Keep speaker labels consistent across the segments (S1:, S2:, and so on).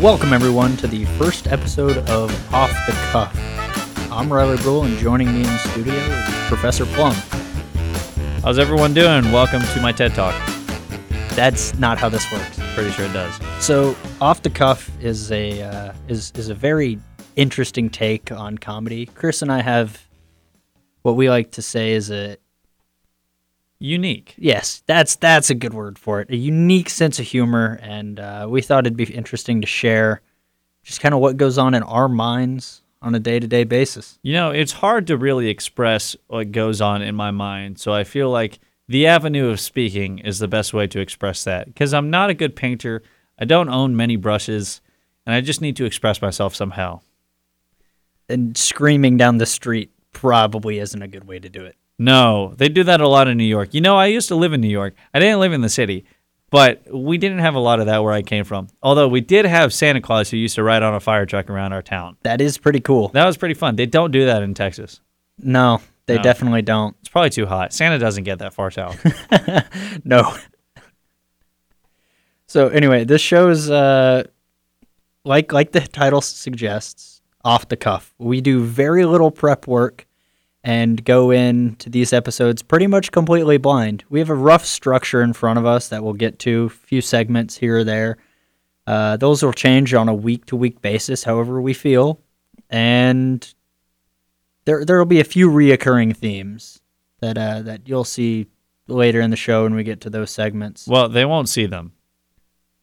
S1: Welcome, everyone, to the first episode of Off the Cuff. I'm Riley Brule, and joining me in studio is Professor Plum.
S2: How's everyone doing? Welcome to my TED Talk.
S1: That's not how this works.
S2: Pretty sure it does.
S1: So, Off the Cuff is a uh, is is a very interesting take on comedy. Chris and I have what we like to say is a
S2: Unique.
S1: yes, that's that's a good word for it. A unique sense of humor, and uh, we thought it'd be interesting to share just kind of what goes on in our minds on a day to day basis.
S2: You know, it's hard to really express what goes on in my mind, so I feel like the avenue of speaking is the best way to express that because I'm not a good painter. I don't own many brushes, and I just need to express myself somehow.
S1: And screaming down the street probably isn't a good way to do it.
S2: No, they do that a lot in New York. You know, I used to live in New York. I didn't live in the city, but we didn't have a lot of that where I came from. Although we did have Santa Claus who used to ride on a fire truck around our town.
S1: That is pretty cool.
S2: That was pretty fun. They don't do that in Texas.
S1: No, they
S2: No.
S1: definitely don't.
S2: It's probably too hot. Santa doesn't get that far south.
S1: No. so anyway, this show is uh, like like the title suggests, off the cuff. We do very little prep work and go into these episodes pretty much completely blind. We have a rough structure in front of us that we'll get to, a few segments here or there. Uh, those will change on a week to week basis, however we feel, and there there will be a few reoccurring themes that uh, that you'll see later in the show when we get to those segments.
S2: well, they won't see them.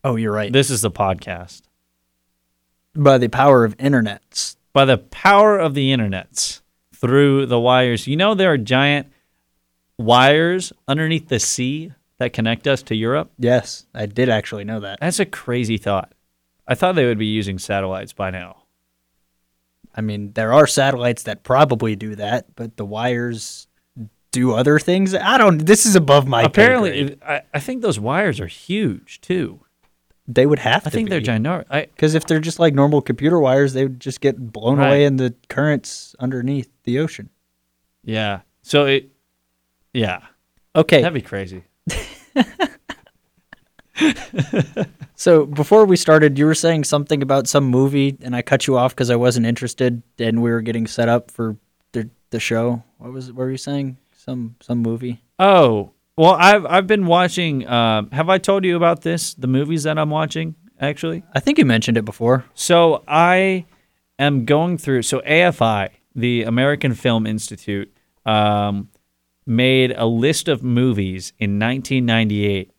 S1: Oh, you're right.
S2: This is the podcast.
S1: By the power of internets,
S2: By the power of the internets, through the wires. You know, there are giant wires underneath the sea that connect us to Europe.
S1: yes, I did actually know that.
S2: That's a crazy thought. I thought they would be using satellites by now.
S1: I mean, there are satellites that probably do that, but the wires do other things. I don't. This is above my. pay
S2: Apparently,
S1: grade.
S2: it- I, I think those wires are huge too.
S1: they would have to.
S2: I think they're ginormous. I,
S1: Because if they're just like normal computer wires, they would just get blown
S2: Right.
S1: away in the currents underneath the ocean.
S2: yeah. So it, yeah,
S1: Okay,
S2: that'd be crazy.
S1: so before we started, you were saying something about some movie, and I cut you off because I wasn't interested, and we were getting set up for the the show. What was? What were you saying? Some some movie.
S2: Oh, well, I've I've been watching. Um, have I told you about this? The movies that I'm watching, actually.
S1: I think you mentioned it before.
S2: So I am going through. So AFI, the American Film Institute, um, made a list of movies in 1998,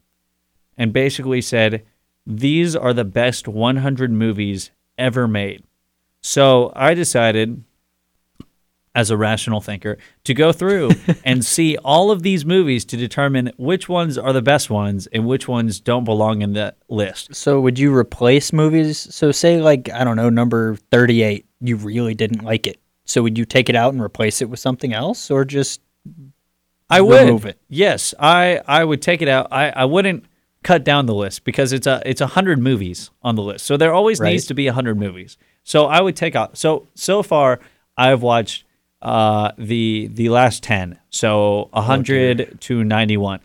S2: and basically said these are the best 100 movies ever made. So I decided, as a rational thinker, to go through and see all of these movies to determine which ones are the best ones and which ones don't belong in the list.
S1: So would you replace movies? So say like I don't know, number 38, you really didn't like it. So would you take it out and replace it with something else or just
S2: I would
S1: remove it.
S2: Yes, I I would take it out. I I wouldn't cut down the list because it's a it's a hundred movies on the list. So there always
S1: Right.
S2: needs to be a hundred movies. So I would take out. So so far I've watched uh the the last ten. So
S1: Oh,
S2: a hundred to ninety one,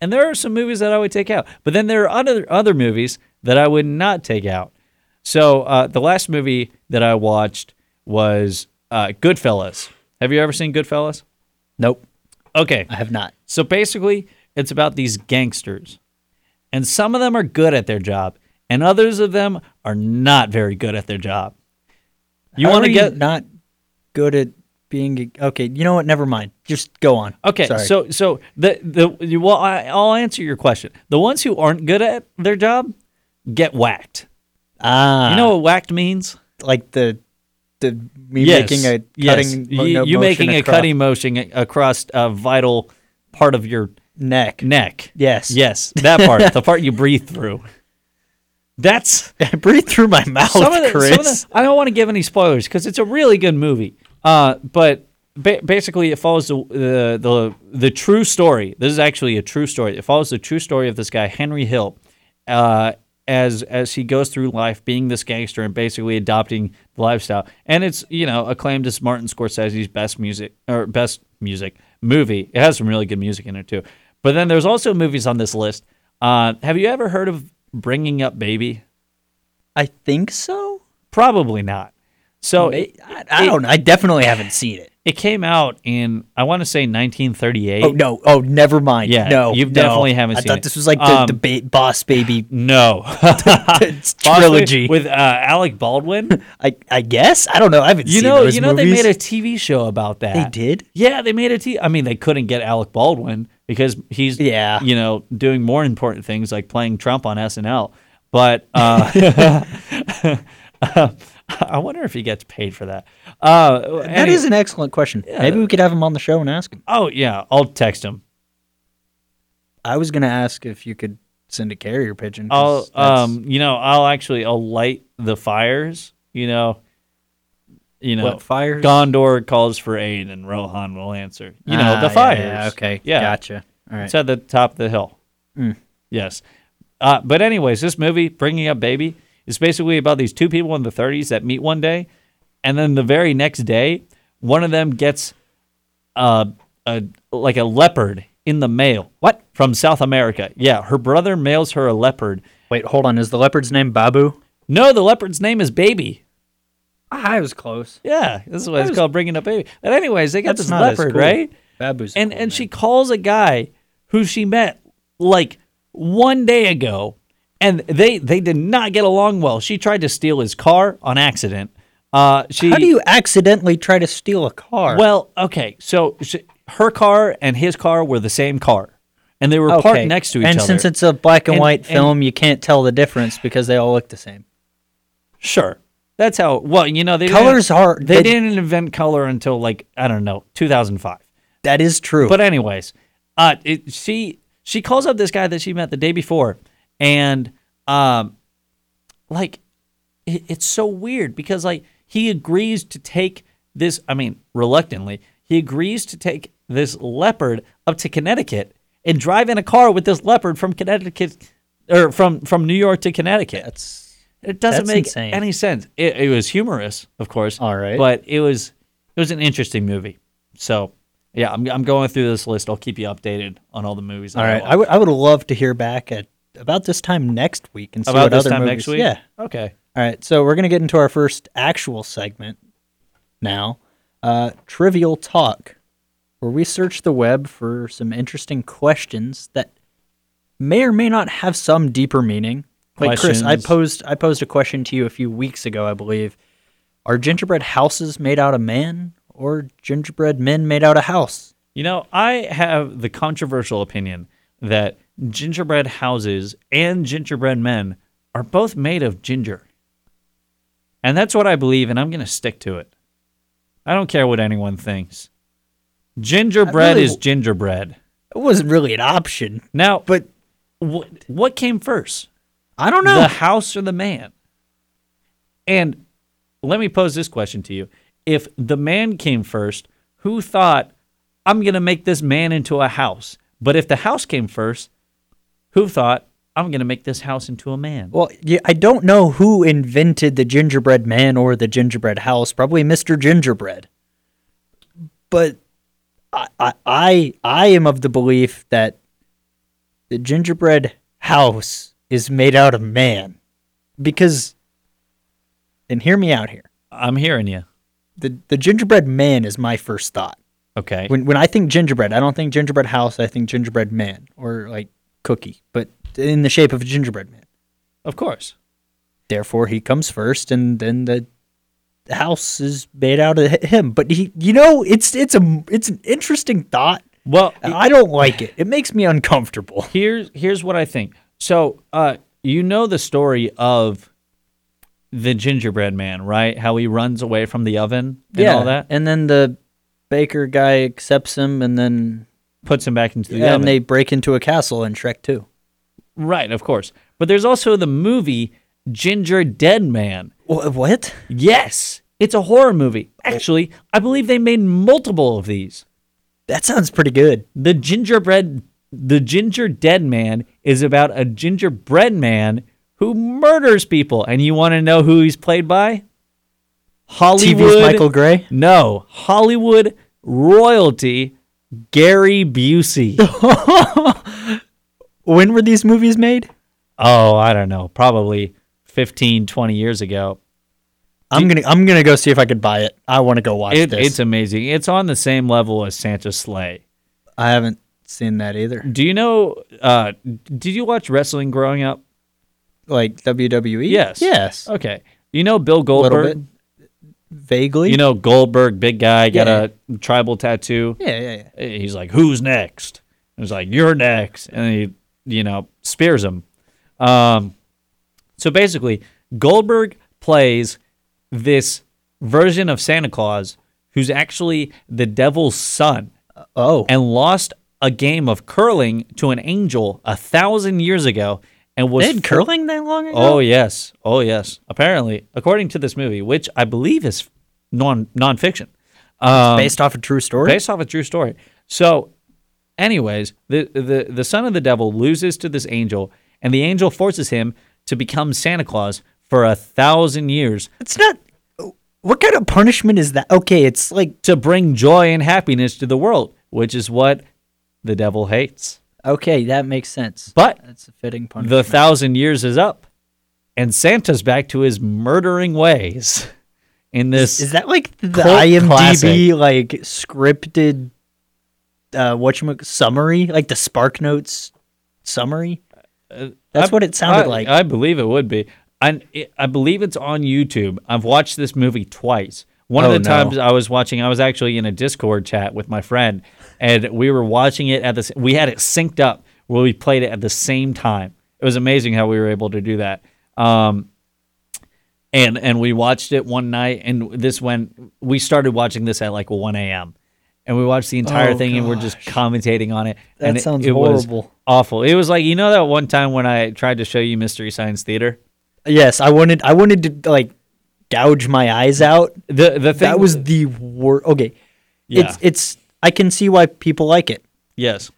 S2: and there are some movies that I would take out. But then there are other other movies that I would not take out. So uh, the last movie that I watched was uh, Goodfellas. Have you ever seen Goodfellas?
S1: Nope,
S2: Okay.
S1: I have not.
S2: So basically, it's about these gangsters. And some of them are good at their job, and others of them are not very good at their job. You
S1: How
S2: want
S1: are
S2: to get
S1: not good at being a- Okay, you know what? Never mind. Just go on.
S2: Okay,
S1: Sorry.
S2: so so the the you- well, I, I'll answer your question. The ones who aren't good at their job get whacked.
S1: ah,
S2: You know what whacked means?
S1: like the the me
S2: Yes,
S1: making a
S2: yes.
S1: cutting mo-
S2: You,
S1: no,
S2: you
S1: motion
S2: making a
S1: across
S2: cutting motion across a vital part of your
S1: neck.
S2: neck.
S1: Yes.
S2: Yes, that part, the part you breathe through. That's
S1: Breathe through my mouth,
S2: some of the,
S1: Chris.
S2: some of the- I don't want to give any spoilers because it's a really good movie. Uh, but ba- basically, it follows the, the the the true story. This is actually a true story. It follows the true story of this guy Henry Hill, uh, as as he goes through life being this gangster and basically adopting the lifestyle. And it's you know acclaimed as Martin Scorsese's best music or best music movie. It has some really good music in it too. But then there's also movies on this list. Uh, have you ever heard of Bringing Up Baby?
S1: I think so.
S2: Probably not. So
S1: Ma-
S2: it,
S1: I, I don't. know. I definitely haven't seen it.
S2: it came out in I want to say 1938.
S1: Oh no! Oh, never mind.
S2: Yeah,
S1: no,
S2: you've
S1: no.
S2: definitely haven't
S1: I
S2: seen
S1: thought
S2: it.
S1: this was like the,
S2: Um,
S1: the ba- Boss Baby
S2: No.
S1: trilogy.
S2: with uh, Alec Baldwin.
S1: I I guess I don't know. I haven't
S2: You
S1: seen
S2: know,
S1: those
S2: you know
S1: movies.
S2: they made a TV show about that.
S1: They did.
S2: Yeah, they made a T. I mean, they couldn't get Alec Baldwin because he's
S1: Yeah.
S2: you know, doing more important things like playing Trump on SNL. But uh, I wonder if he gets paid for that. Uh,
S1: That is an excellent question. Maybe we could have him on the show and ask him.
S2: Oh yeah, I'll text him.
S1: I was gonna ask if you could send a carrier pigeon. 'cause
S2: I'll
S1: that's-
S2: um, you know, I'll actually I'll light the fires. You know, you know,
S1: What fires?
S2: Gondor calls for aid, and Rohan will answer. You know,
S1: Ah,
S2: the
S1: yeah,
S2: fires.
S1: yeah, okay.
S2: Yeah.
S1: Gotcha. All right. Hmm.
S2: It's at the top of the hill. Yes. Uh, but anyways, this movie, Bringing Up Baby, is basically about these two people in the 30s that meet one day, and then the very next day, one of them gets uh, a like a leopard in the mail. What? From South America. Yeah, her brother mails her a leopard.
S1: Wait, hold on. Is the leopard's name Babu?
S2: No, the leopard's name is Baby.
S1: I was close.
S2: Yeah, this is why
S1: That
S2: it's
S1: was-
S2: called Bringing Up Baby. But anyways, they got
S1: That's
S2: this
S1: not as
S2: leopard,
S1: cool.
S2: right?
S1: Babu's. a
S2: and
S1: cool
S2: and
S1: name.
S2: she calls a guy who she met like one day ago and they they did not get along well she tried to steal his car on accident uh she
S1: How do you accidentally try to steal a car?
S2: well okay so sh her car and his car were the same car and they were
S1: Okay.
S2: parked next to each
S1: and
S2: other
S1: since it's a black and,
S2: And-
S1: white
S2: and-
S1: film, you can't tell the difference because they all look the same.
S2: sure that's how well you know they didn't-
S1: Colors are-
S2: they,
S1: they-
S2: didn't invent color until like i don't know 2005
S1: That is true.
S2: But anyways, uh, it, she she calls up this guy that she met the day before, and um, like it, it's so weird because like he agrees to take this. I mean, reluctantly, he agrees to take this leopard up to Connecticut and drive in a car with this leopard from Connecticut or from from New York to Connecticut.
S1: that's
S2: It doesn't
S1: That's
S2: make
S1: insane.
S2: any sense. It, it was humorous, of course.
S1: All right.
S2: but it was it was an interesting movie. So yeah, I'm I'm going through this list. I'll keep you updated on all the movies.
S1: all right. I would I would love to hear back at about this time next week and see
S2: about
S1: what
S2: this
S1: other
S2: time
S1: movies.
S2: next week.
S1: Yeah.
S2: Okay.
S1: All right. So we're gonna get into our first actual segment now. Uh, Trivial talk, where we search the web for some interesting questions that may or may not have some deeper meaning. Like Chris, I
S2: Questions.
S1: posed I posed a question to you a few weeks ago, I believe. Are gingerbread houses made out of man or gingerbread men made out of house?
S2: You know, I have the controversial opinion that gingerbread houses and gingerbread men are both made of ginger. And that's what I believe, and I'm going to stick to it. I don't care what anyone thinks. Gingerbread
S1: really
S2: is
S1: w-
S2: gingerbread.
S1: It wasn't really an option,
S2: Now, but
S1: but
S2: what, what came first,
S1: I don't know.
S2: the house or the man? And let me pose this question to you: If the man came first, who thought I'm going to make this man into a house? But if the house came first, who thought I'm going to make this house into a man?
S1: well, yeah, I don't know who invented the gingerbread man or the gingerbread house. Probably Mr. Gingerbread. But I I I, I am of the belief that the gingerbread house is made out of man because and hear me out here.
S2: I'm hearing you.
S1: The the gingerbread man is my first thought.
S2: Okay.
S1: When when I think gingerbread, I don't think gingerbread house, I think gingerbread man or like cookie, but in the shape of a gingerbread man.
S2: of course.
S1: therefore he comes first and then the house is made out of hi- him but he you know it's it's a it's an interesting thought
S2: Well,
S1: and i don't like it it makes me uncomfortable
S2: here's here's what I think. So, uh, you know the story of the gingerbread man, right? How he runs away from the oven and all that,
S1: and then the baker guy accepts him and then
S2: puts him back into the
S1: and
S2: oven.
S1: they break into a castle in shrek 2
S2: right, of course. But there's also the movie Ginger Dead Man.
S1: Wha- what
S2: Yes, it's a horror movie. Actually, I believe they made multiple of these.
S1: that sounds pretty good
S2: The gingerbread, the ginger dead man is about a gingerbread man who murders people, and you want to know who he's played by? Hollywood.
S1: tv's michael gray
S2: No, Hollywood royalty Gary Busey.
S1: when were these movies made
S2: oh, I don't know, probably 15, 20 years ago.
S1: I'm gonna I'm gonna go see if I could buy it. I want to go watch
S2: It,
S1: this.
S2: it's amazing. It's on the same level as Santa's Sleigh.
S1: I haven't seen that either.
S2: Do you know? Uh, did you watch wrestling growing up?
S1: Like WWE.
S2: Yes. Uh,
S1: Yes.
S2: Okay. You know Bill Goldberg?
S1: bit. Vaguely.
S2: You know Goldberg, big guy, got a tribal tattoo.
S1: Yeah, yeah, yeah.
S2: He's like, "Who's next?" And he's like, "You're next," and he, you know, spears him. Um, so basically, Goldberg plays this version of Santa Claus who's actually the devil's son
S1: Oh.
S2: and lost a game of curling to an angel a thousand years ago, and was
S1: they had curling that long ago.
S2: Oh yes, oh yes. Apparently, according to this movie, which I believe is non nonfiction, um,
S1: based off a true story.
S2: based off a true story. So, anyways, the the the son of the devil loses to this angel, and the angel forces him to become Santa Claus for a thousand years
S1: it's not. What kind of punishment is that? Okay, it's like
S2: to bring joy and happiness to the world, which is what the devil hates.
S1: okay, that makes sense.
S2: But
S1: That's a fitting
S2: the
S1: punishment.
S2: thousand years is up, and Santa's back to his murdering ways. In this,
S1: is that like the
S2: Cult
S1: IMDb
S2: classic.
S1: like scripted? Uh, what summary? Like the Spark Notes summary? That's
S2: I-
S1: what it sounded
S2: I-
S1: like.
S2: I believe it would be. I it- I believe it's on YouTube. I've watched this movie twice. One of
S1: Oh,
S2: the
S1: no.
S2: times I was watching, I was actually in a Discord chat with my friend, and we were watching it at the. s- We had it synced up where we played it at the same time. It was amazing how we were able to do that. Um, and and we watched it one night, and this when we started watching this at like 1 a.m. And we watched the entire
S1: Oh,
S2: thing, and we're just commentating on it.
S1: That
S2: and it-
S1: sounds
S2: it was
S1: horrible.
S2: awful. It was like you know that one time when I tried to show you Mystery Science Theater.
S1: yes, I wanted. I wanted to like gouge my eyes out.
S2: The the thing
S1: That was the worst. Okay,
S2: yeah
S1: it's it's. I can see why people like it.
S2: yes.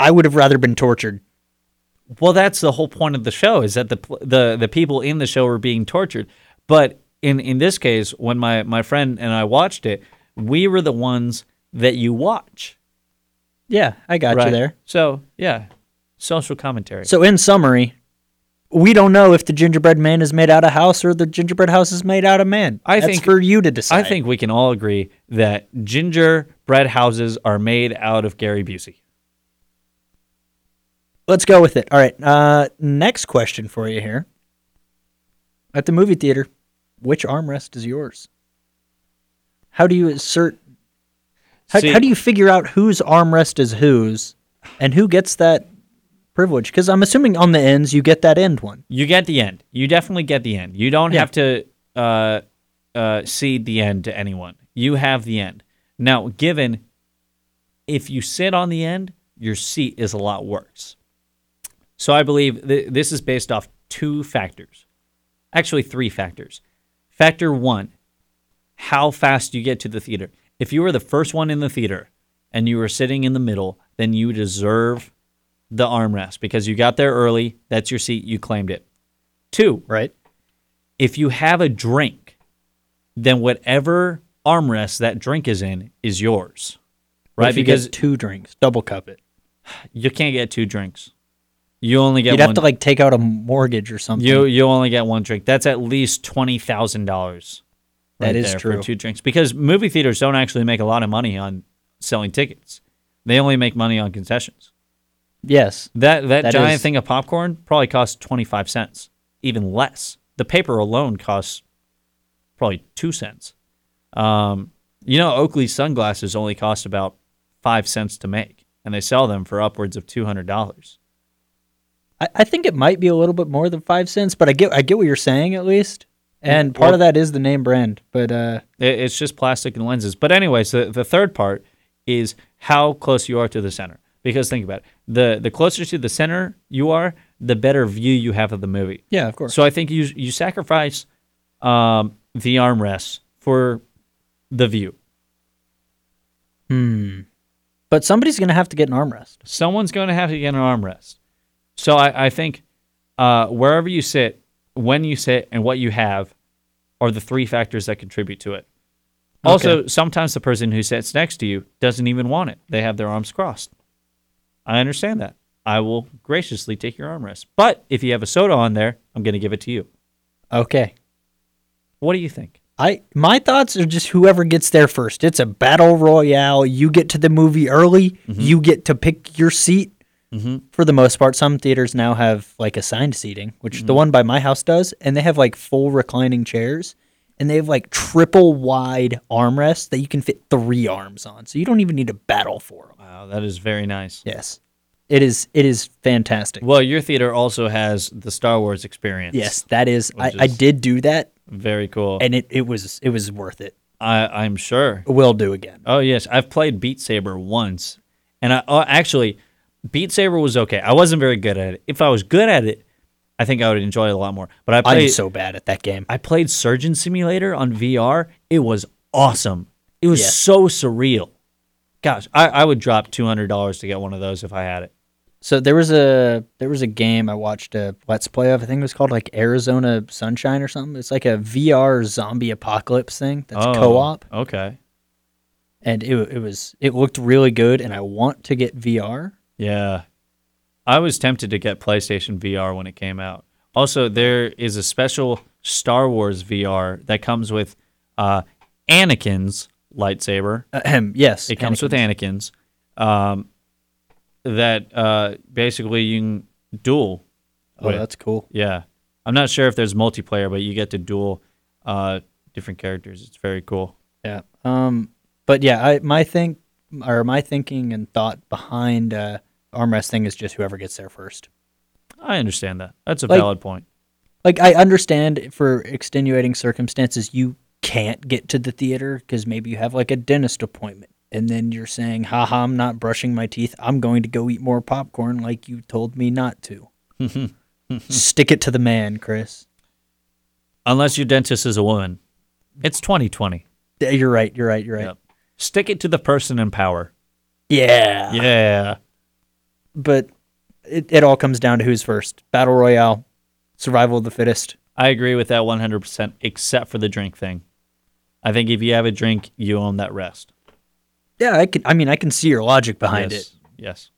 S1: I would have rather been tortured.
S2: Well, that's the whole point of the show is that the pl- the the people in the show were being tortured. But in in this case, when my my friend and I watched it, we were the ones that you watch.
S1: Yeah, I got you there.
S2: So yeah, social commentary.
S1: So in summary, we don't know if the gingerbread man is made out of house or the gingerbread house is made out of man.
S2: I
S1: That's
S2: think-
S1: for you to decide.
S2: I think we can all agree that gingerbread houses are made out of Gary Busey.
S1: let's go with it. All right. Uh, next question for you here. At the movie theater, which armrest is yours? How do you assert? How,
S2: See-
S1: how do you figure out whose armrest is whose, and who gets that privilege? Because I'm assuming on the ends you get that end one.
S2: You get the end. You definitely get the end. You don't
S1: Yeah.
S2: have to uh, uh, cede the end to anyone. You have the end. Now, given if you sit on the end, your seat is a lot worse. So I believe th- this is based off two factors, actually, three factors. Factor one how fast you get to the theater. If you were the first one in the theater and you were sitting in the middle, then you deserve the armrest because you got there early. That's your seat. You claimed it. Two,
S1: Right.
S2: if you have a drink, then whatever armrest that drink is in is yours,
S1: What
S2: right?
S1: if you
S2: Because
S1: get two drinks, double cup it.
S2: you can't get two drinks. You only get
S1: You'd
S2: one.
S1: have to like take out a mortgage or something.
S2: you you only get one drink. That's at least twenty thousand dollars.
S1: That is
S2: For
S1: true.
S2: two drinks, because movie theaters don't actually make a lot of money on selling tickets. They only make money on concessions.
S1: yes.
S2: That that,
S1: That
S2: giant
S1: is-
S2: thing of popcorn probably costs twenty five cents, even less. The paper alone costs probably two cents. Um, you know, Oakley sunglasses only cost about five cents to make, and they sell them for upwards of two hundred dollars.
S1: I, I think it might be a little bit more than five cents, but I get I get what you're saying at least. And part of that is the name brand, but uh,
S2: It, it's just plastic and lenses. But anyways, the, the third part is how close you are to the center. Because think about it, the the closer to the center you are, the better view you have of the movie.
S1: yeah, of course.
S2: So I think you you sacrifice um, the armrests for the view.
S1: But somebody's gonna have to get an armrest.
S2: Someone's going to have to get an armrest. So I, I think uh, wherever you sit, when you sit, and what you have are the three factors that contribute to it. Also, sometimes the person who sits next to you doesn't even want it. They have their arms crossed. I understand that. I will graciously take your armrest. But if you have a soda on there, I'm going to give it to you.
S1: Okay.
S2: What do you think?
S1: I my thoughts are just whoever gets there first. It's a battle royale. You get to the movie early. You get to pick your seat. For the most part, some theaters now have like assigned seating, which the one by my house does, and they have like full reclining chairs, and they have like triple wide armrests that you can fit three arms on, so you don't even need to battle for them.
S2: Wow, that is very nice.
S1: Yes, it is. It is fantastic.
S2: Well, your theater also has the Star Wars experience.
S1: yes, that is. I,
S2: Which
S1: I
S2: is-
S1: did do that,
S2: Very cool.
S1: and it, it was it was worth it.
S2: I, I'm sure.
S1: Will do again.
S2: Oh yes, I've played Beat Saber once, and I oh, actually, Beat Saber was okay. I wasn't very good at it. If I was good at it, I think I would enjoy it a lot more. But I
S1: I'm
S2: played
S1: so bad at that game.
S2: I played Surgeon Simulator on VR. It was awesome. It was
S1: Yes.
S2: so surreal. Gosh, I, I would drop two hundred dollars to get one of those if I had it.
S1: So there was a there was a game I watched a let's play of. I think it was called like Arizona Sunshine or something. It's like a VR zombie apocalypse thing that's
S2: oh,
S1: co-op,
S2: Okay.
S1: and it it was it looked really good. And I want to get VR.
S2: Yeah. I was tempted to get PlayStation VR when it came out. Also, there is a special Star Wars VR that comes with uh, Anakin's lightsaber.
S1: Ahem, yes,
S2: It comes
S1: Anakin.
S2: with Anakin's. Um, that uh, basically you can duel.
S1: Oh,
S2: with.
S1: that's cool.
S2: Yeah. I'm not sure if there's multiplayer, but you get to duel uh, different characters. It's very cool.
S1: Yeah. Um. But yeah, I my think or my thinking and thought behind uh, armrest thing is just whoever gets there first.
S2: I understand that. That's a
S1: Like-
S2: valid point.
S1: like I understand for extenuating circumstances you can't get to the theater because maybe you have like a dentist appointment and then you're saying haha I'm not brushing my teeth I'm going to go eat more popcorn like you told me not to
S2: Mm-hmm.
S1: stick it to the man Chris
S2: Unless your dentist is a woman. It's 2020.
S1: Yeah, you're right you're right you're right
S2: Yep. Stick it to the person in power.
S1: yeah,
S2: Yeah.
S1: but it, it all comes down to who's first battle royale survival of the fittest
S2: I agree with that 100%, except for the drink thing. I think if you have a drink, you own that rest.
S1: yeah I can I mean I can see your logic behind
S2: yes.
S1: it
S2: Yes.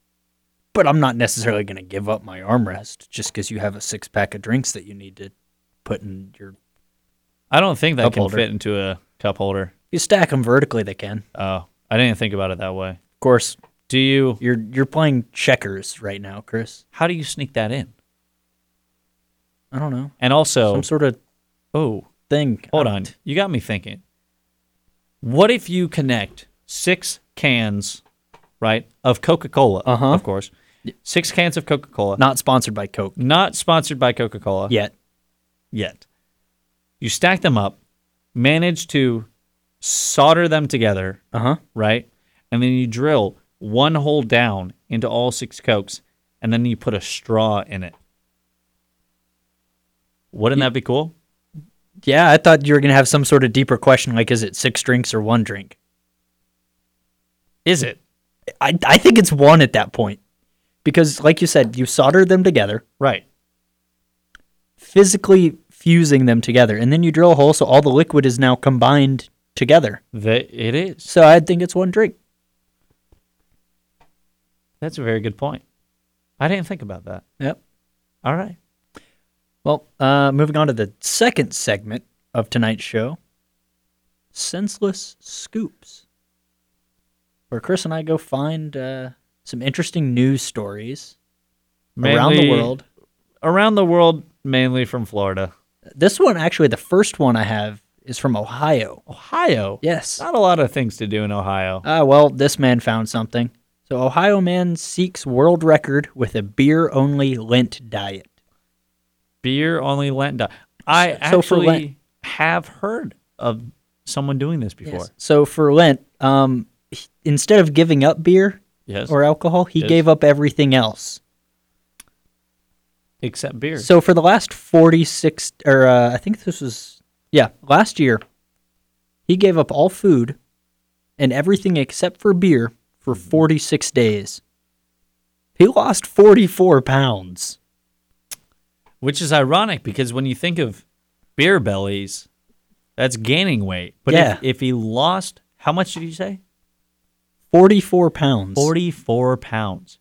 S1: but I'm not necessarily going to give up my armrest just because you have a six pack of drinks that you need to put in your.
S2: I don't think that
S1: Cup
S2: can
S1: holder.
S2: fit into a cup holder.
S1: You stack them vertically. They can.
S2: Oh, I didn't think about it that way.
S1: Of course,
S2: Do you?
S1: you're you're playing checkers right now, Chris.
S2: How do you sneak that in?
S1: I don't know
S2: And also,
S1: some sort of
S2: oh,
S1: thing.
S2: Hold on. You got me thinking. What if you connect six cans, right, of Coca Cola,
S1: Uh-huh.
S2: of course, six cans of Coca Cola, not,
S1: Not sponsored by Coke
S2: sponsored by Coca Cola
S1: yet.
S2: yet. You stack them up, manage to solder them together,
S1: Uh huh.
S2: right? And then you drill one hole down into all six Cokes, and then you put a straw in it. Wouldn't that be cool?
S1: Yeah, I thought you were gonna have some sort of deeper question, like is it six drinks or one drink?
S2: Is it?
S1: I I think it's one at that point, because like you said, you solder them together,
S2: Right.
S1: physically fusing them together, and then you drill a hole so all the liquid is now combined together.
S2: That it is.
S1: So I think it's one drink.
S2: That's a very good point. I didn't think about that.
S1: Yep.
S2: All right.
S1: Well, uh, moving on to the second segment of tonight's show Senseless Scoops, where Chris and I go find uh, some interesting news stories around the
S2: Mainly-
S1: world.
S2: Around the world, mainly from Florida.
S1: This one, actually, the first one I have is from Ohio.
S2: Ohio.
S1: Yes.
S2: Not a lot of things to do in Ohio.
S1: Ah, well, this man found something. So, Ohio man seeks world record with a beer only Lent diet.
S2: Beer only Lent. di- I
S1: So for
S2: actually
S1: Lent-
S2: have heard of someone doing this before.
S1: Yes. So, for Lent, um, he- instead of giving up beer
S2: Yes.
S1: or alcohol, he
S2: Yes.
S1: gave up everything else.
S2: Except beer.
S1: So for the last 46 or uh, I think this was yeah, last year he gave up all food and everything except for beer for
S2: Mm-hmm.
S1: 46 days. He lost 44 pounds.
S2: Which is ironic because when you think of beer bellies, that's gaining weight. But
S1: Yeah.
S2: if, if he lost, how much did you say?
S1: 44 pounds.
S2: 44 pounds.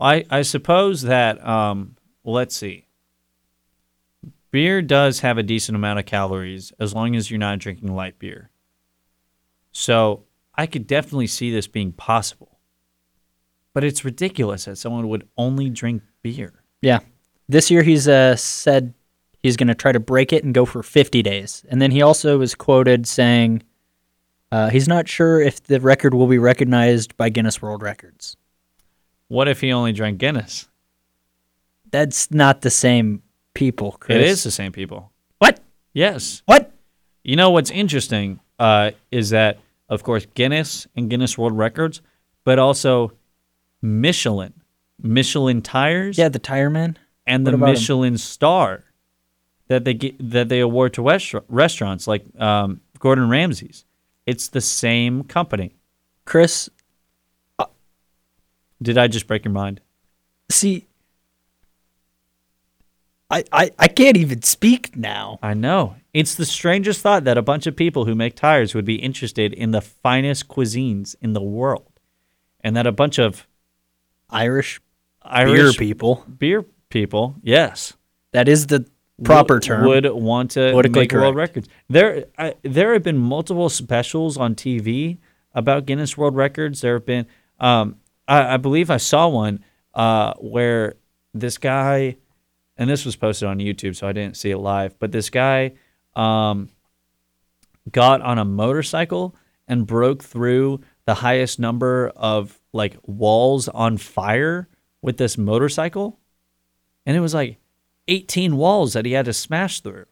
S2: I, I suppose that, um, let's see. Beer does have a decent amount of calories as long as you're not drinking light beer. So I could definitely see this being possible. But it's ridiculous that someone would only drink beer.
S1: Yeah. This year he's uh, said he's going to try to break it and go for 50 days. And then he also was quoted saying uh, he's not sure if the record will be recognized by Guinness World Records.
S2: What if he only drank Guinness?
S1: That's not the same people, Chris.
S2: It is the same people.
S1: What?
S2: Yes.
S1: What?
S2: You know what's interesting uh, is that, of course, Guinness and Guinness World Records, but also Michelin, Michelin tires,
S1: Yeah, the tire man.
S2: and
S1: what
S2: the
S1: about 'em?
S2: Michelin star that they get, that they award to restaur- restaurants like um, Gordon Ramsay's. It's the same company.
S1: Chris,
S2: Did I just break your mind?
S1: see, I, I, I can't even speak now.
S2: I know. It's the strangest thought that a bunch of people who make tires would be interested in the finest cuisines in the world, and that a bunch of
S1: Irish,
S2: Irish
S1: beer people.
S2: beer people, yes,
S1: That is the proper
S2: would-
S1: term.
S2: would want to
S1: Politically
S2: make world records. There, I, there have been multiple specials on TV about Guinness World Records. There have been, um, I, I believe I saw one uh, where this guy, and this was posted on YouTube, so I didn't see it live, but this guy um, got on a motorcycle and broke through the highest number of like walls on fire with this motorcycle and it was like 18 walls that he had to smash through.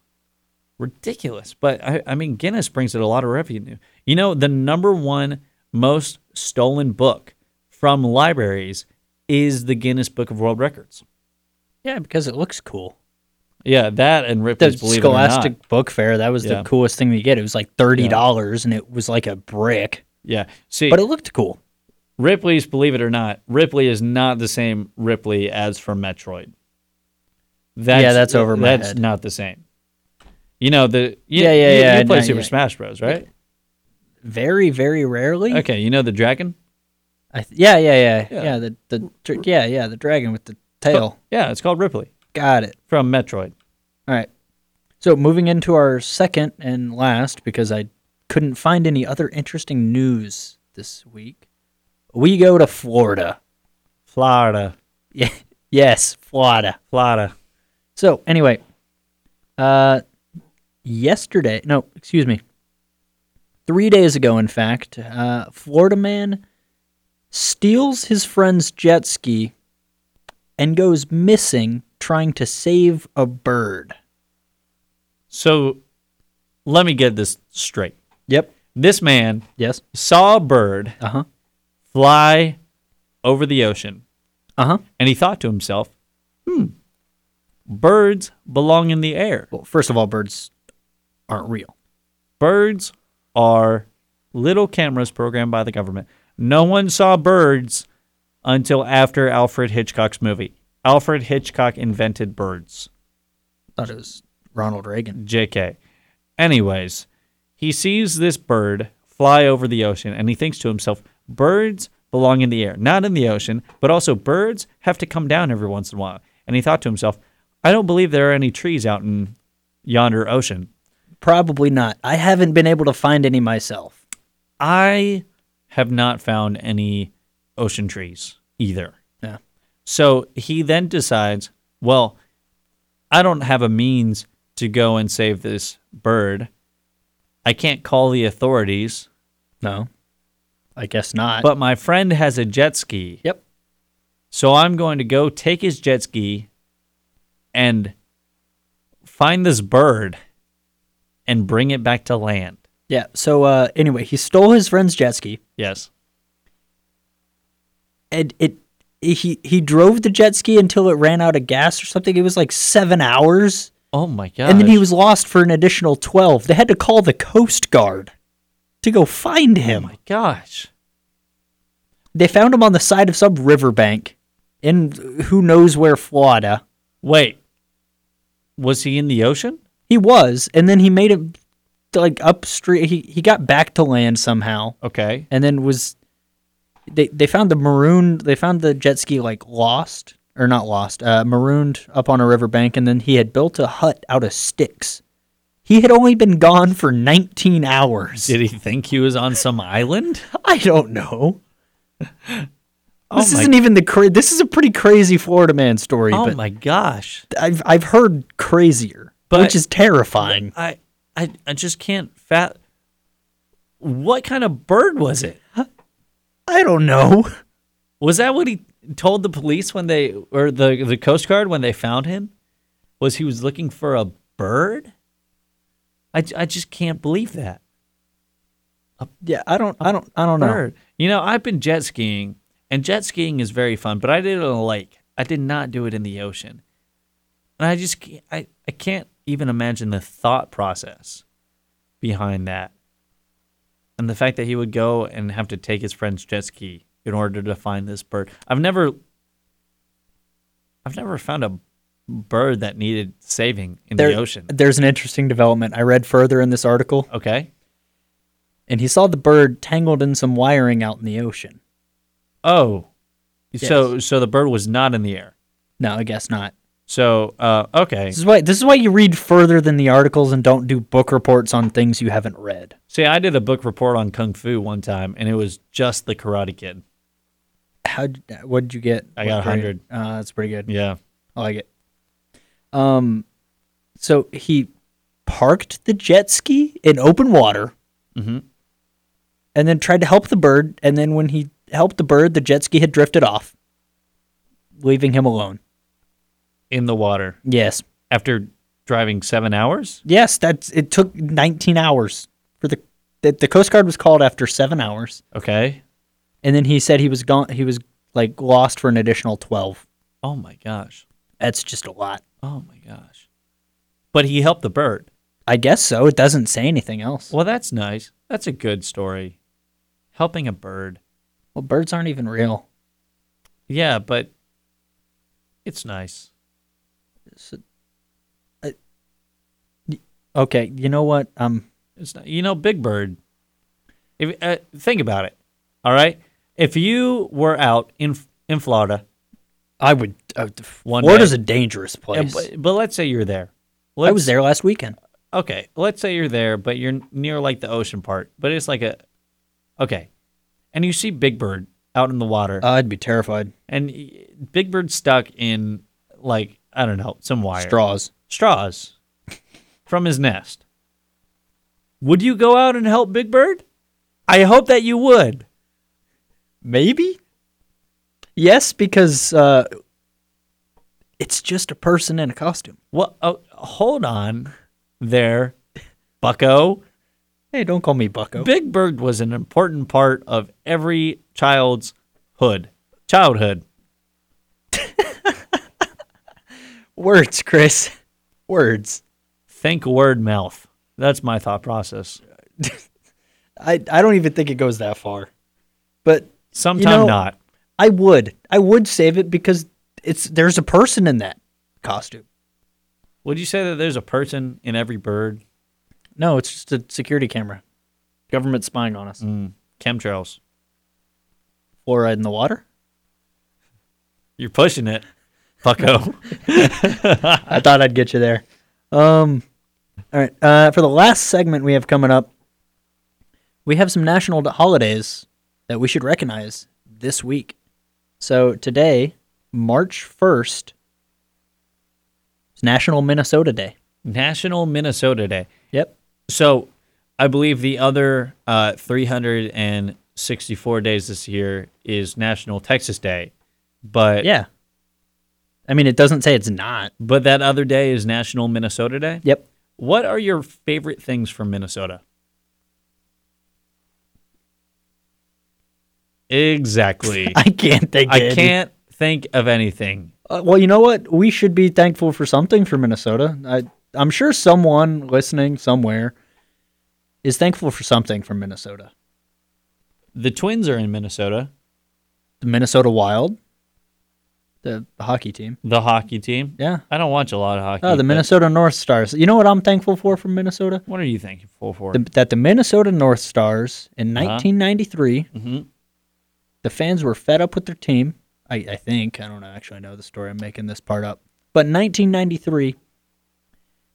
S2: Ridiculous. But I, I mean, Guinness brings it a lot of revenue. You know, the number one most stolen book from libraries is the Guinness Book of World Records.
S1: yeah, because it looks cool.
S2: Yeah, that and
S1: the
S2: Ripley's Believe It or
S1: Scholastic
S2: Not.
S1: Book Fair. That was
S2: Yeah.
S1: the coolest thing to get. It was like thirty dollars, and it was like a brick,
S2: Yeah. See,
S1: but it looked cool.
S2: Ripley's Believe It or Not, Ripley is not the same Ripley as from Metroid. That's,
S1: Yeah, that's over my
S2: That's
S1: head.
S2: not the same. You know, the. You,
S1: Yeah, yeah,
S2: you-
S1: yeah,
S2: You play
S1: no,
S2: Super
S1: yeah.
S2: Smash Bros., right?
S1: Very, very rarely.
S2: Okay, you know the dragon?
S1: I th- yeah, yeah, yeah,
S2: Yeah.
S1: yeah, The the dr- yeah, yeah, the dragon with the tail.
S2: Yeah, it's called Ripley
S1: Got it.
S2: from Metroid.
S1: All right. So moving into our second and last, because I couldn't find any other interesting news this week. We go to Florida.
S2: Florida.
S1: Yeah. Yes, Florida.
S2: Florida.
S1: So anyway, uh, yesterday, no, excuse me, three days ago, in fact, uh, Florida man steals his friend's jet ski and goes missing trying to save a bird.
S2: So let me get this straight.
S1: Yep.
S2: This man
S1: Yes.
S2: saw a bird
S1: Uh huh.
S2: fly over the ocean
S1: Uh huh.
S2: and he thought to himself, hmm, birds belong in the air.
S1: Well, first of all, birds aren't real.
S2: Birds are little cameras programmed by the government. No one saw birds until after Alfred Hitchcock's movie. Alfred Hitchcock invented birds.
S1: thought it was Ronald Reagan.
S2: JK. Anyways, he sees this bird fly over the ocean and he thinks to himself, birds belong in the air, not in the ocean, but also birds have to come down every once in a while. And he thought to himself, I don't believe there are any trees out in yonder ocean.
S1: Probably not. I haven't been able to find any myself.
S2: I have not found any ocean trees either.
S1: Yeah.
S2: So he then decides, well, I don't have a means to go and save this bird. I can't call the authorities,
S1: No. I guess not.
S2: but my friend has a jet ski.
S1: yep.
S2: So I'm going to go take his jet ski and find this bird and bring it back to land.
S1: Yeah. So uh, anyway, he stole his friend's jet ski,
S2: Yes.
S1: and it he he drove the jet ski until it ran out of gas or something. It was like seven hours,
S2: Oh my god.
S1: and then he was lost for an additional twelve. They had to call the Coast Guard to go find
S2: Oh
S1: him.
S2: my gosh.
S1: They found him on the side of some riverbank in who knows where Florida.
S2: Wait. Was he in the ocean?
S1: He was, and then he made it like upstream. He he got back to land somehow,
S2: Okay.
S1: and then was they they found the marooned they found the jet ski like lost or not lost uh, marooned up on a riverbank and then he had built a hut out of sticks he had only been gone for 19 hours
S2: Did he think he was on some island?
S1: i don't know this
S2: Oh my-
S1: isn't even the cra- this is a pretty crazy florida man story
S2: Oh
S1: but
S2: my gosh.
S1: I've, I've heard crazier
S2: But-
S1: which is terrifying
S2: I I I just can't fat What kind of bird was it?
S1: i don't know
S2: Was that what he told the police when they or the the Coast Guard when they found him? Was he was looking for a bird? I, I just can't believe that.
S1: yeah i don't i don't i don't know
S2: Bird. You know, I've been jet skiing and jet skiing is very fun, but I did it on a lake. I did not do it in the ocean. And I just ca- I, I can't even imagine the thought process behind that. And the fact that he would go and have to take his friend's jet ski in order to find this bird. I've never I've never found a bird that needed saving in
S1: There-
S2: the ocean.
S1: there's an interesting development i read further in this article
S2: Okay.
S1: and he saw the bird tangled in some wiring out in the ocean.
S2: Oh. So so the bird was not in the air.
S1: No, I guess not.
S2: So uh, okay.
S1: This is why this is why you read further than the articles and don't do book reports on things you haven't read.
S2: See, I did a book report on kung fu one time, and it was just the Karate Kid.
S1: How what did you get?
S2: I got
S1: What grade?
S2: 100.
S1: Uh, that's pretty good.
S2: Yeah.
S1: I like it. Um, so he parked the jet ski in open water, Mm-hmm.
S2: Mhm.
S1: and then tried to help the bird. And then when he helped the bird, the jet ski had drifted off, leaving him alone.
S2: In the water
S1: Yes,
S2: after driving seven hours.
S1: Yes, that's it took 19 hours for the the, the Coast Guard was called after 7 hours
S2: Okay.
S1: and then he said he was gone he was like lost for an additional 12.
S2: Oh my gosh.
S1: That's just a lot.
S2: Oh my gosh. But he helped the bird.
S1: I guess so. It doesn't say anything else.
S2: Well, that's nice. That's a good story. Helping a bird.
S1: Well, birds aren't even real.
S2: Yeah, but it's nice.
S1: Okay, you know what? Um
S2: It's not, you know, Big Bird. If uh, think about it, all right. If you were out in in Florida
S1: I would uh,
S2: One
S1: Florida's
S2: day.
S1: a dangerous
S2: Yeah,
S1: place.
S2: but, but let's say you're there.
S1: I was there last weekend.
S2: Okay, let's say you're there, but you're near like the ocean part, but it's like a okay, and you see Big Bird out in the water,
S1: Uh, I'd be terrified.
S2: and y- Big Bird's stuck in like I don't know some wire
S1: Straws.
S2: straws from his nest. Would you go out and help Big Bird? I hope that you would.
S1: Maybe? Yes, because uh it's just a person in a costume.
S2: What? Oh, hold on, there, Bucko.
S1: Hey, don't call me Bucko.
S2: Big Bird was an important part of every child's hood, childhood.
S1: Words, Chris. Words.
S2: Think word mouth. That's my thought process.
S1: I, I don't even think it goes that far. But
S2: Sometime
S1: know-
S2: not.
S1: I would. I would save it because it's there's a person in that costume.
S2: Would you say that there's a person in every bird?
S1: No, it's just a security camera. Government spying on us.
S2: Mm, chemtrails.
S1: Fluoride in the water?
S2: You're pushing it, fucko.
S1: I thought I'd get you there. Um all right. Uh, for the last segment we have coming up, we have some national holidays that we should recognize this week. So today, March 1st, is National Minnesota Day.
S2: National Minnesota Day.
S1: Yep.
S2: So, I believe the other uh, 364 days this year is National Texas Day, but
S1: Yeah. I mean, it doesn't say it's not.
S2: but that other day is National Minnesota Day.
S1: Yep.
S2: What are your favorite things from Minnesota? Exactly.
S1: I can't think.
S2: I
S1: of
S2: can't think of anything.
S1: any- Uh, well, you know what? We should be thankful for something for Minnesota. I, I'm sure someone listening somewhere is thankful for something from Minnesota.
S2: The Twins are in Minnesota,
S1: The Minnesota Wild, the hockey team.
S2: the hockey team.
S1: Yeah.
S2: I don't watch a lot of hockey.
S1: Oh, the
S2: but
S1: Minnesota North Stars. You know what I'm thankful for from Minnesota?
S2: What are you thankful for? Mm-hmm.
S1: The, that the Minnesota North Stars in 1993
S2: Mhm.
S1: The fans were fed up with their team. I, I think. I don't know. Actually, I know the story. I'm making this part up. But in 1993,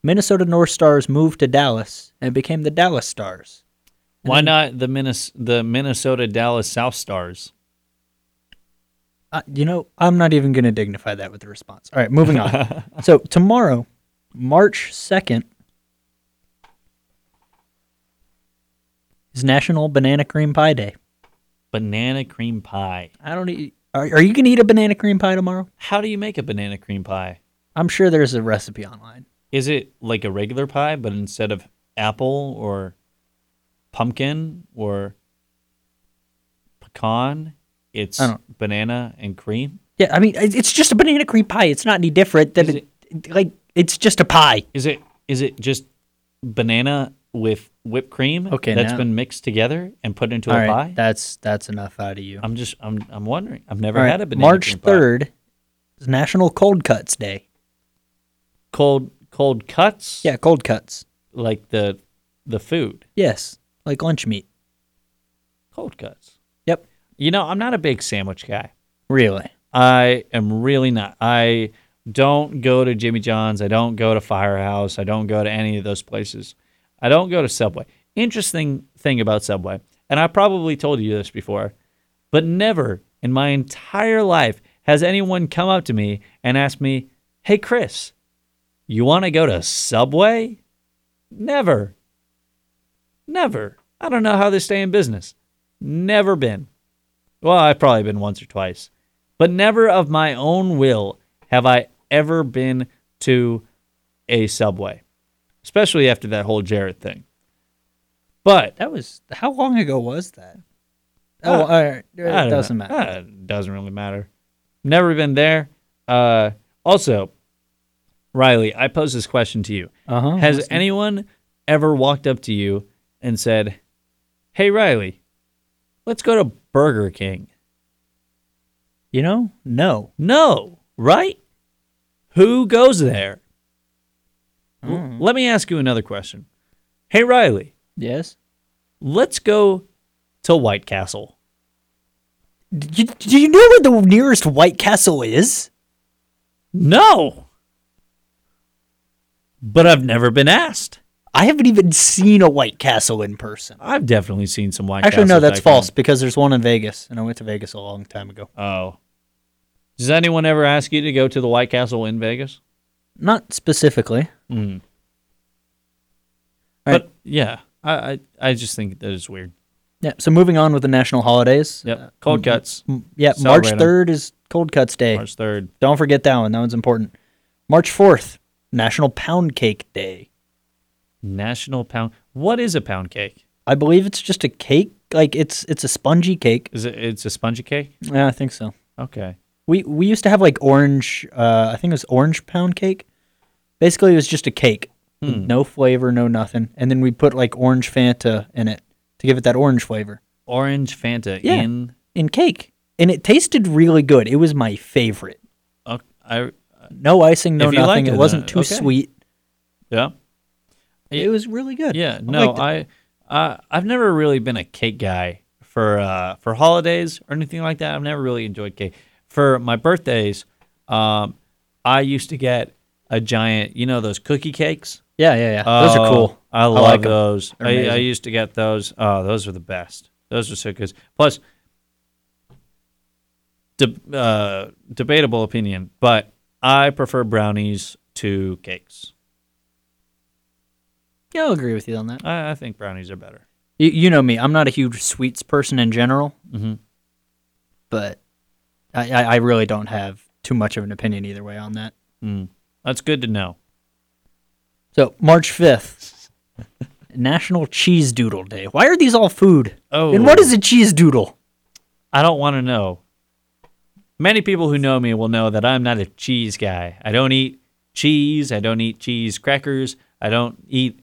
S1: Minnesota North Stars moved to Dallas and became the Dallas Stars.
S2: Why not the Minnes- the Minnesota Dallas South Stars?
S1: Uh, you know, I'm not even going to dignify that with a response. All right, moving on. so tomorrow, March 2nd, is National Banana Cream Pie Day.
S2: Banana cream pie.
S1: I don't eat. Are, are you going to eat a banana cream pie tomorrow?
S2: How do you make a banana cream pie?
S1: I'm sure there's a recipe online.
S2: Is it like a regular pie, but instead of apple or pumpkin or pecan, it's
S1: I don't-
S2: banana and cream?
S1: Yeah, I mean, it- it's just a banana cream pie. It's not any different than
S2: Is
S1: it, like it's just a pie.
S2: Is it is it just banana with whipped cream
S1: Okay,
S2: that's
S1: now-
S2: been mixed together and put into
S1: All
S2: a
S1: right,
S2: pie?
S1: that's that's enough out of you.
S2: I'm just I'm I'm wondering. I've never
S1: All right,
S2: had a banana
S1: March
S2: cream pie.
S1: third is National Cold Cuts Day.
S2: Cold cold cuts?
S1: Yeah, cold cuts.
S2: Like the the food.
S1: Yes, like lunch meat.
S2: Cold cuts.
S1: Yep.
S2: You know, I'm not a big sandwich guy.
S1: Really?
S2: I am really not. I don't go to Jimmy John's. I don't go to Firehouse. I don't go to any of those places. I don't go to Subway. Interesting thing about Subway, and I probably told you this before, but never in my entire life has anyone come up to me and asked me, Hey, Chris, you want to go to Subway? Never. Never. I don't know how they stay in business. Never been. Well, I've probably been once or twice, but never of my own will have I ever been to a subway, especially after that whole Jared thing. But
S1: That was how long ago was that?
S2: Uh,
S1: Oh, all right. It
S2: I don't
S1: doesn't
S2: know.
S1: matter.
S2: Uh, it doesn't really matter. Never been there. Uh, also, Riley, I pose this question to you.
S1: Uh-huh,
S2: Uh, Has
S1: listen.
S2: anyone ever walked up to you and said, "Hey, Riley, let's go to Burger King"?
S1: You know? No.
S2: No, right? Who goes there?
S1: Hmm.
S2: L- Let me ask you another question. Hey, Riley,
S1: Yes.
S2: let's go to White Castle.
S1: Do you, do you know where the nearest White Castle is?
S2: No, but I've never been asked.
S1: I haven't even seen a White Castle in person.
S2: I've definitely seen some White
S1: Actually,
S2: Castle.
S1: no, that's false because there's one in Vegas, and I went to Vegas a long time ago.
S2: Oh. Does anyone ever ask you to go to the White Castle in Vegas? Hmm.
S1: Not specifically. All
S2: But yeah, I, I, I just think that is weird.
S1: Yeah. So moving on with the national holidays. Uh,
S2: Yep. Cold cuts,
S1: m- yeah.
S2: Celebrate
S1: March
S2: 'em.
S1: third is Cold Cuts Day.
S2: March 3rd.
S1: Don't forget that one. That one's important. March fourth, National Pound Cake Day.
S2: National Pound. What is a pound cake?
S1: I believe it's just a cake. Like it's it's a spongy cake.
S2: Is it? It's a spongy cake.
S1: Yeah, I think so.
S2: Okay.
S1: We we used to have like orange. Uh, I think it was orange pound cake. Basically, it was just a cake, with no flavor, no nothing, and then we put like orange Fanta in it to give it that orange flavor
S2: Orange Fanta
S1: Yeah.
S2: in.
S1: in cake, and it tasted really good. It was my favorite.
S2: Uh, I
S1: No icing, no
S2: If you
S1: nothing.
S2: like it,
S1: it
S2: then
S1: wasn't too
S2: okay.
S1: sweet.
S2: yeah
S1: It was really good.
S2: yeah
S1: I
S2: no
S1: liked it.
S2: I uh, I've never really been a cake guy for uh, for holidays or anything like that. I've never really enjoyed cake. For my birthdays, um, I used to get a giant, you know, those cookie cakes.
S1: yeah, yeah, yeah. Those are
S2: Oh,
S1: cool.
S2: I love
S1: like 'em.
S2: those.
S1: They're
S2: I, I
S1: amazing.
S2: used to get those. Oh, those are the best. Those are so good. Plus, de- uh, debatable opinion, but I prefer brownies to cakes.
S1: Yeah, I'll agree with you on that.
S2: I, I think brownies are better.
S1: You, you know me. I'm not a huge sweets person in general,
S2: Mhm.
S1: but I, I, I really don't have too much of an opinion either way on that.
S2: Mm. That's good to know.
S1: So March 5th, National Cheese Doodle Day. Why are these all food?
S2: Oh.
S1: And what is a cheese doodle?
S2: I don't want to know. Many people who know me will know that I'm not a cheese guy. I don't eat cheese. I don't eat cheese crackers. I don't eat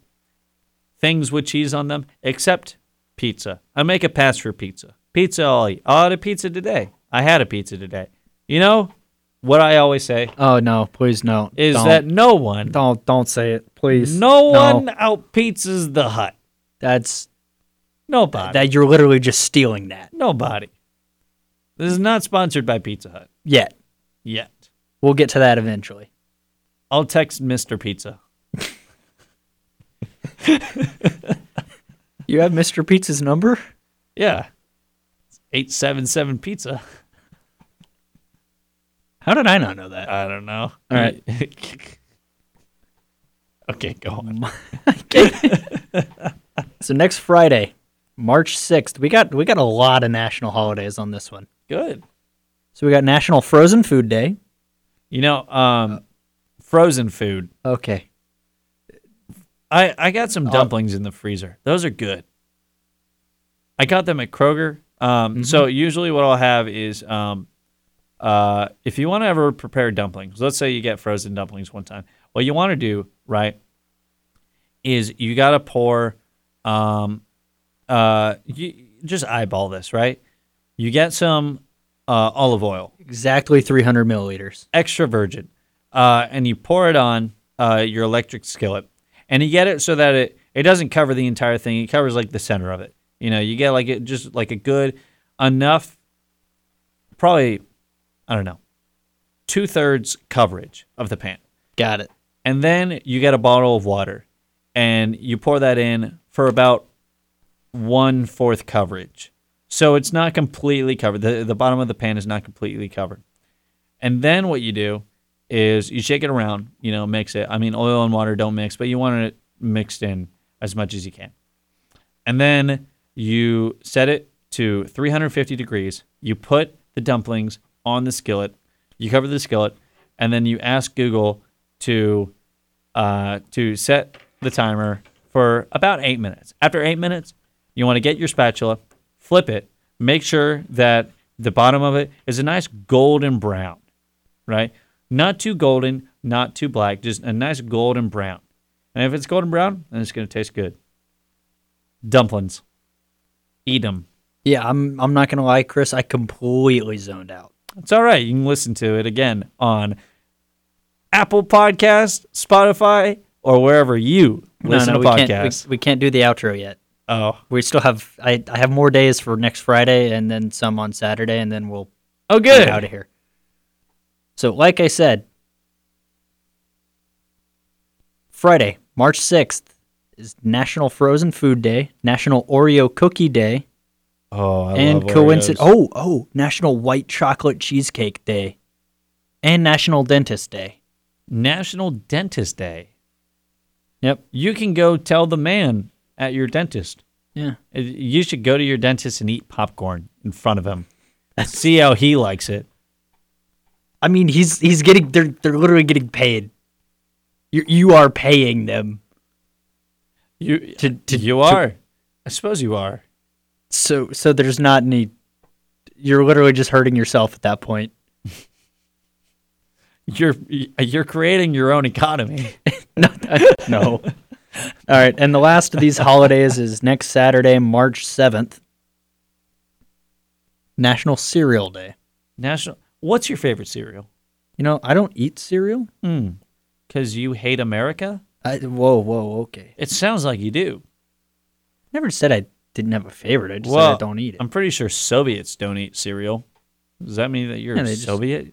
S2: things with cheese on them except pizza. I make a pass for pizza. Pizza I'll eat. Oh, I had a pizza today. I had a pizza today. You know what I always say
S1: Oh no, please no.
S2: is
S1: Don't.
S2: that no one,
S1: don't don't say it, please.
S2: no one out pizzas the hut.
S1: That's
S2: Nobody.
S1: that you're literally just stealing that.
S2: Nobody. This is not sponsored by Pizza Hut
S1: Yet.
S2: yet.
S1: We'll get to that eventually.
S2: I'll text Mr. Pizza.
S1: You have Mr. Pizza's number?
S2: Yeah. It's 877 Pizza.
S1: How did I not know that?
S2: I don't know.
S1: All right.
S2: okay, go on.
S1: So next Friday, March 6th, we got we got a lot of national holidays on this one.
S2: Good.
S1: So we got National Frozen Food Day.
S2: You know, um, frozen food.
S1: Okay.
S2: I, I got some dumplings in the freezer. Those are good. I got them at Kroger. Um, So usually what I'll have is um, uh, if you want to ever prepare dumplings, let's say you get frozen dumplings one time. What you want to do, right, is you got to pour, um, uh, you, just eyeball this, right? You get some uh, olive oil
S1: Exactly 300 milliliters.
S2: extra virgin, uh, and you pour it on uh, your electric skillet, and you get it so that it it doesn't cover the entire thing. It covers like the center of it. You know, you get like it just like a good enough, probably, I don't know, two thirds coverage of the pan,
S1: Got it.
S2: and then you get a bottle of water, and you pour that in for about one fourth coverage. So it's not completely covered. The, the bottom of the pan is not completely covered. And then what you do is you shake it around, you know, mix it. I mean, oil and water don't mix, but you want it mixed in as much as you can. And then you set it to 350 degrees. You put the dumplings on the skillet. You cover the skillet, and then you ask Google to uh, to set the timer for about eight minutes. After eight minutes, you want to get your spatula, flip it, make sure that the bottom of it is a nice golden brown, right? Not too golden, not too black, just a nice golden brown. And if it's golden brown, then it's going to taste good. Dumplings. Eat them.
S1: Yeah, I'm I'm not going to lie, Chris, I completely zoned out.
S2: It's all right. You can listen to it again on Apple Podcast, Spotify, or wherever you listen
S1: we
S2: to podcasts.
S1: can't we, we can't do the outro yet.
S2: oh.
S1: We still have I, I have more days for next Friday and then some on Saturday and then we'll
S2: Oh,
S1: get
S2: good.
S1: out of here. So, like I said, Friday, March 6th is National Frozen Food Day, National Oreo Cookie Day,
S2: Oh, I
S1: and
S2: love
S1: coincident
S2: Oreos.
S1: oh, oh, National White Chocolate Cheesecake Day and National Dentist Day.
S2: National Dentist Day.
S1: Yep.
S2: You can go tell the man at your dentist.
S1: Yeah.
S2: Uh, You should go to your dentist and eat popcorn in front of him. See how he likes it.
S1: I mean, he's he's getting they're they're literally getting paid. You you are paying them.
S2: You,
S1: To- to-
S2: you
S1: to-
S2: are. I suppose you are.
S1: So so there's not any you're literally just hurting yourself at that point.
S2: You're you're creating your own economy.
S1: no. All right, and the last of these holidays is next Saturday, March 7th. National Cereal Day.
S2: National. What's your favorite cereal?
S1: You know, I don't eat cereal.
S2: Hmm. Because you hate America?
S1: I, whoa, whoa, okay.
S2: It sounds like you do.
S1: Never said I didn't have a favorite. I just said I don't eat it.
S2: I'm pretty sure Soviets don't eat cereal. Does that mean that you're
S1: Yeah,
S2: a
S1: they just-
S2: Soviet?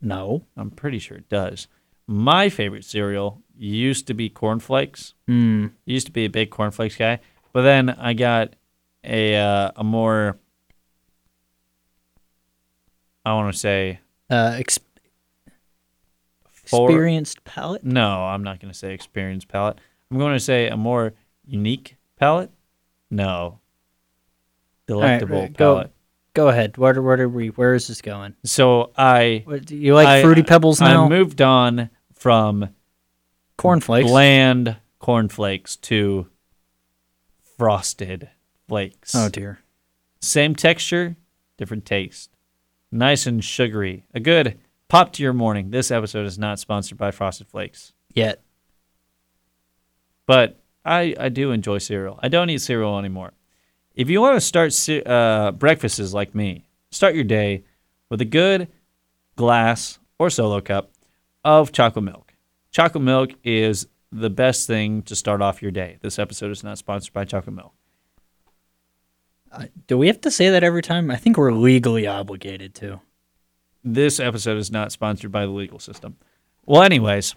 S1: no.
S2: I'm pretty sure it does. My favorite cereal used to be cornflakes.
S1: Mm,
S2: Used to be a big cornflakes guy, but then I got a uh, a more I want to say
S1: uh, ex-
S2: for
S1: experienced palate?
S2: no, I'm not going to say experience palette. I'm going to say a more unique palette. No, delectable
S1: right, go.
S2: palette.
S1: Go ahead. Where, do- where, are we, where is this going?
S2: So I
S1: What, do you like
S2: I-
S1: Fruity Pebbles
S2: I
S1: now?
S2: moved on from
S1: Cornflakes.
S2: bland cornflakes to frosted flakes.
S1: oh, dear.
S2: Same texture, different taste. Nice and sugary. A good pop to your morning. This episode is not sponsored by Frosted Flakes,
S1: Yet.
S2: but I, I do enjoy cereal. I don't eat cereal anymore. If you want to start ce- uh, breakfasts like me, start your day with a good glass or solo cup of chocolate milk. Chocolate milk is the best thing to start off your day. This episode is not sponsored by chocolate milk.
S1: Do we have to say that every time? I think we're legally obligated to.
S2: This episode is not sponsored by the legal system. Well, anyways,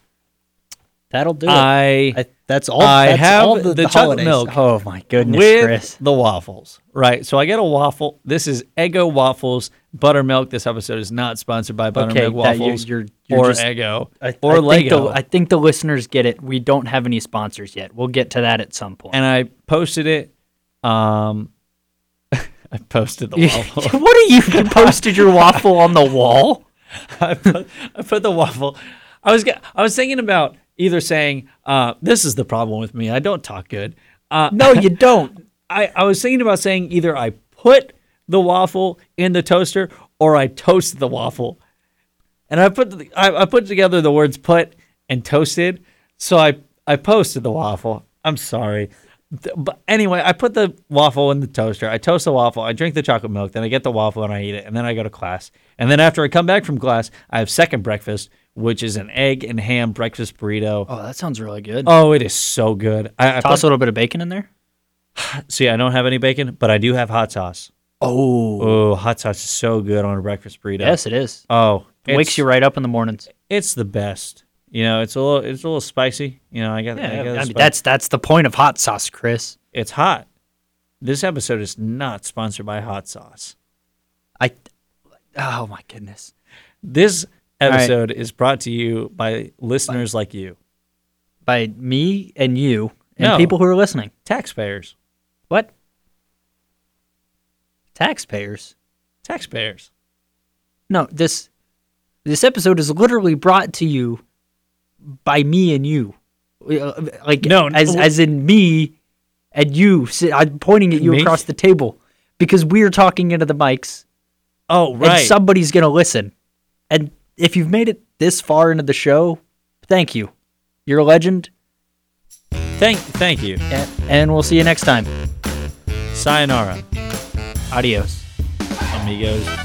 S1: That'll do
S2: I
S1: it. I, that's all.
S2: I
S1: that's
S2: have
S1: all the,
S2: the
S1: the
S2: chocolate
S1: holidays.
S2: milk
S1: Oh my goodness,
S2: with
S1: Chris!
S2: the waffles. Right. So I get a waffle. This is Eggo waffles, buttermilk. This episode is not sponsored by buttermilk
S1: that you-
S2: waffles
S1: you're- you're
S2: or
S1: just-
S2: Eggo
S1: I,
S2: or
S1: I think
S2: Lego.
S1: the, I think the listeners get it. We don't have any sponsors yet. We'll get to that at some point.
S2: and I posted it. Um, I posted the waffle.
S1: what are you? You posted your waffle on the wall.
S2: I put, I put the waffle. I was g- I was thinking about either saying uh, this is the problem with me. I don't talk good. Uh,
S1: No, you don't.
S2: I, I was thinking about saying either I put the waffle in the toaster or I toast the waffle. And I put the, I, I put together the words put and toasted. So I, I posted the waffle. I'm sorry. Th- But anyway, I put the waffle in the toaster. I toast the waffle. I drink the chocolate milk. Then I get the waffle and I eat it. And then I go to class. And then after I come back from class, I have second breakfast, which is an egg and ham breakfast burrito. Oh,
S1: Oh, that sounds really good.
S2: it is so good. I, I
S1: Toss
S2: put,
S1: a little bit of bacon in there.
S2: see, I don't have any bacon, but I do have hot sauce.
S1: Oh,
S2: Oh, hot sauce is so good on a breakfast burrito.
S1: yes, it is.
S2: Oh,
S1: It wakes you right up in the mornings.
S2: It's the best. You know, it's a little, it's a little spicy. You know, I got, I got the
S1: I mean,
S2: spice.
S1: that's that's the point of hot sauce, Chris.
S2: it's hot. This episode is not sponsored by hot sauce.
S1: I. Oh my goodness.
S2: This
S1: right.
S2: episode is brought to you by listeners like you,
S1: By me and you and
S2: No.
S1: people who are listening.
S2: taxpayers,
S1: What? Taxpayers?
S2: taxpayers.
S1: No, this this episode is literally brought to you by me and you. Uh, Like
S2: No,
S1: as
S2: no.
S1: as in me and you. Si- I'm pointing at you
S2: Me?
S1: across the table because we're talking into the mics
S2: Oh,
S1: and
S2: right.
S1: somebody's going to listen. And if you've made it this far into the show, thank you. You're a legend
S2: thank, thank you.
S1: and, and we'll see you next time.
S2: Sayonara,
S1: Adios.
S2: amigos.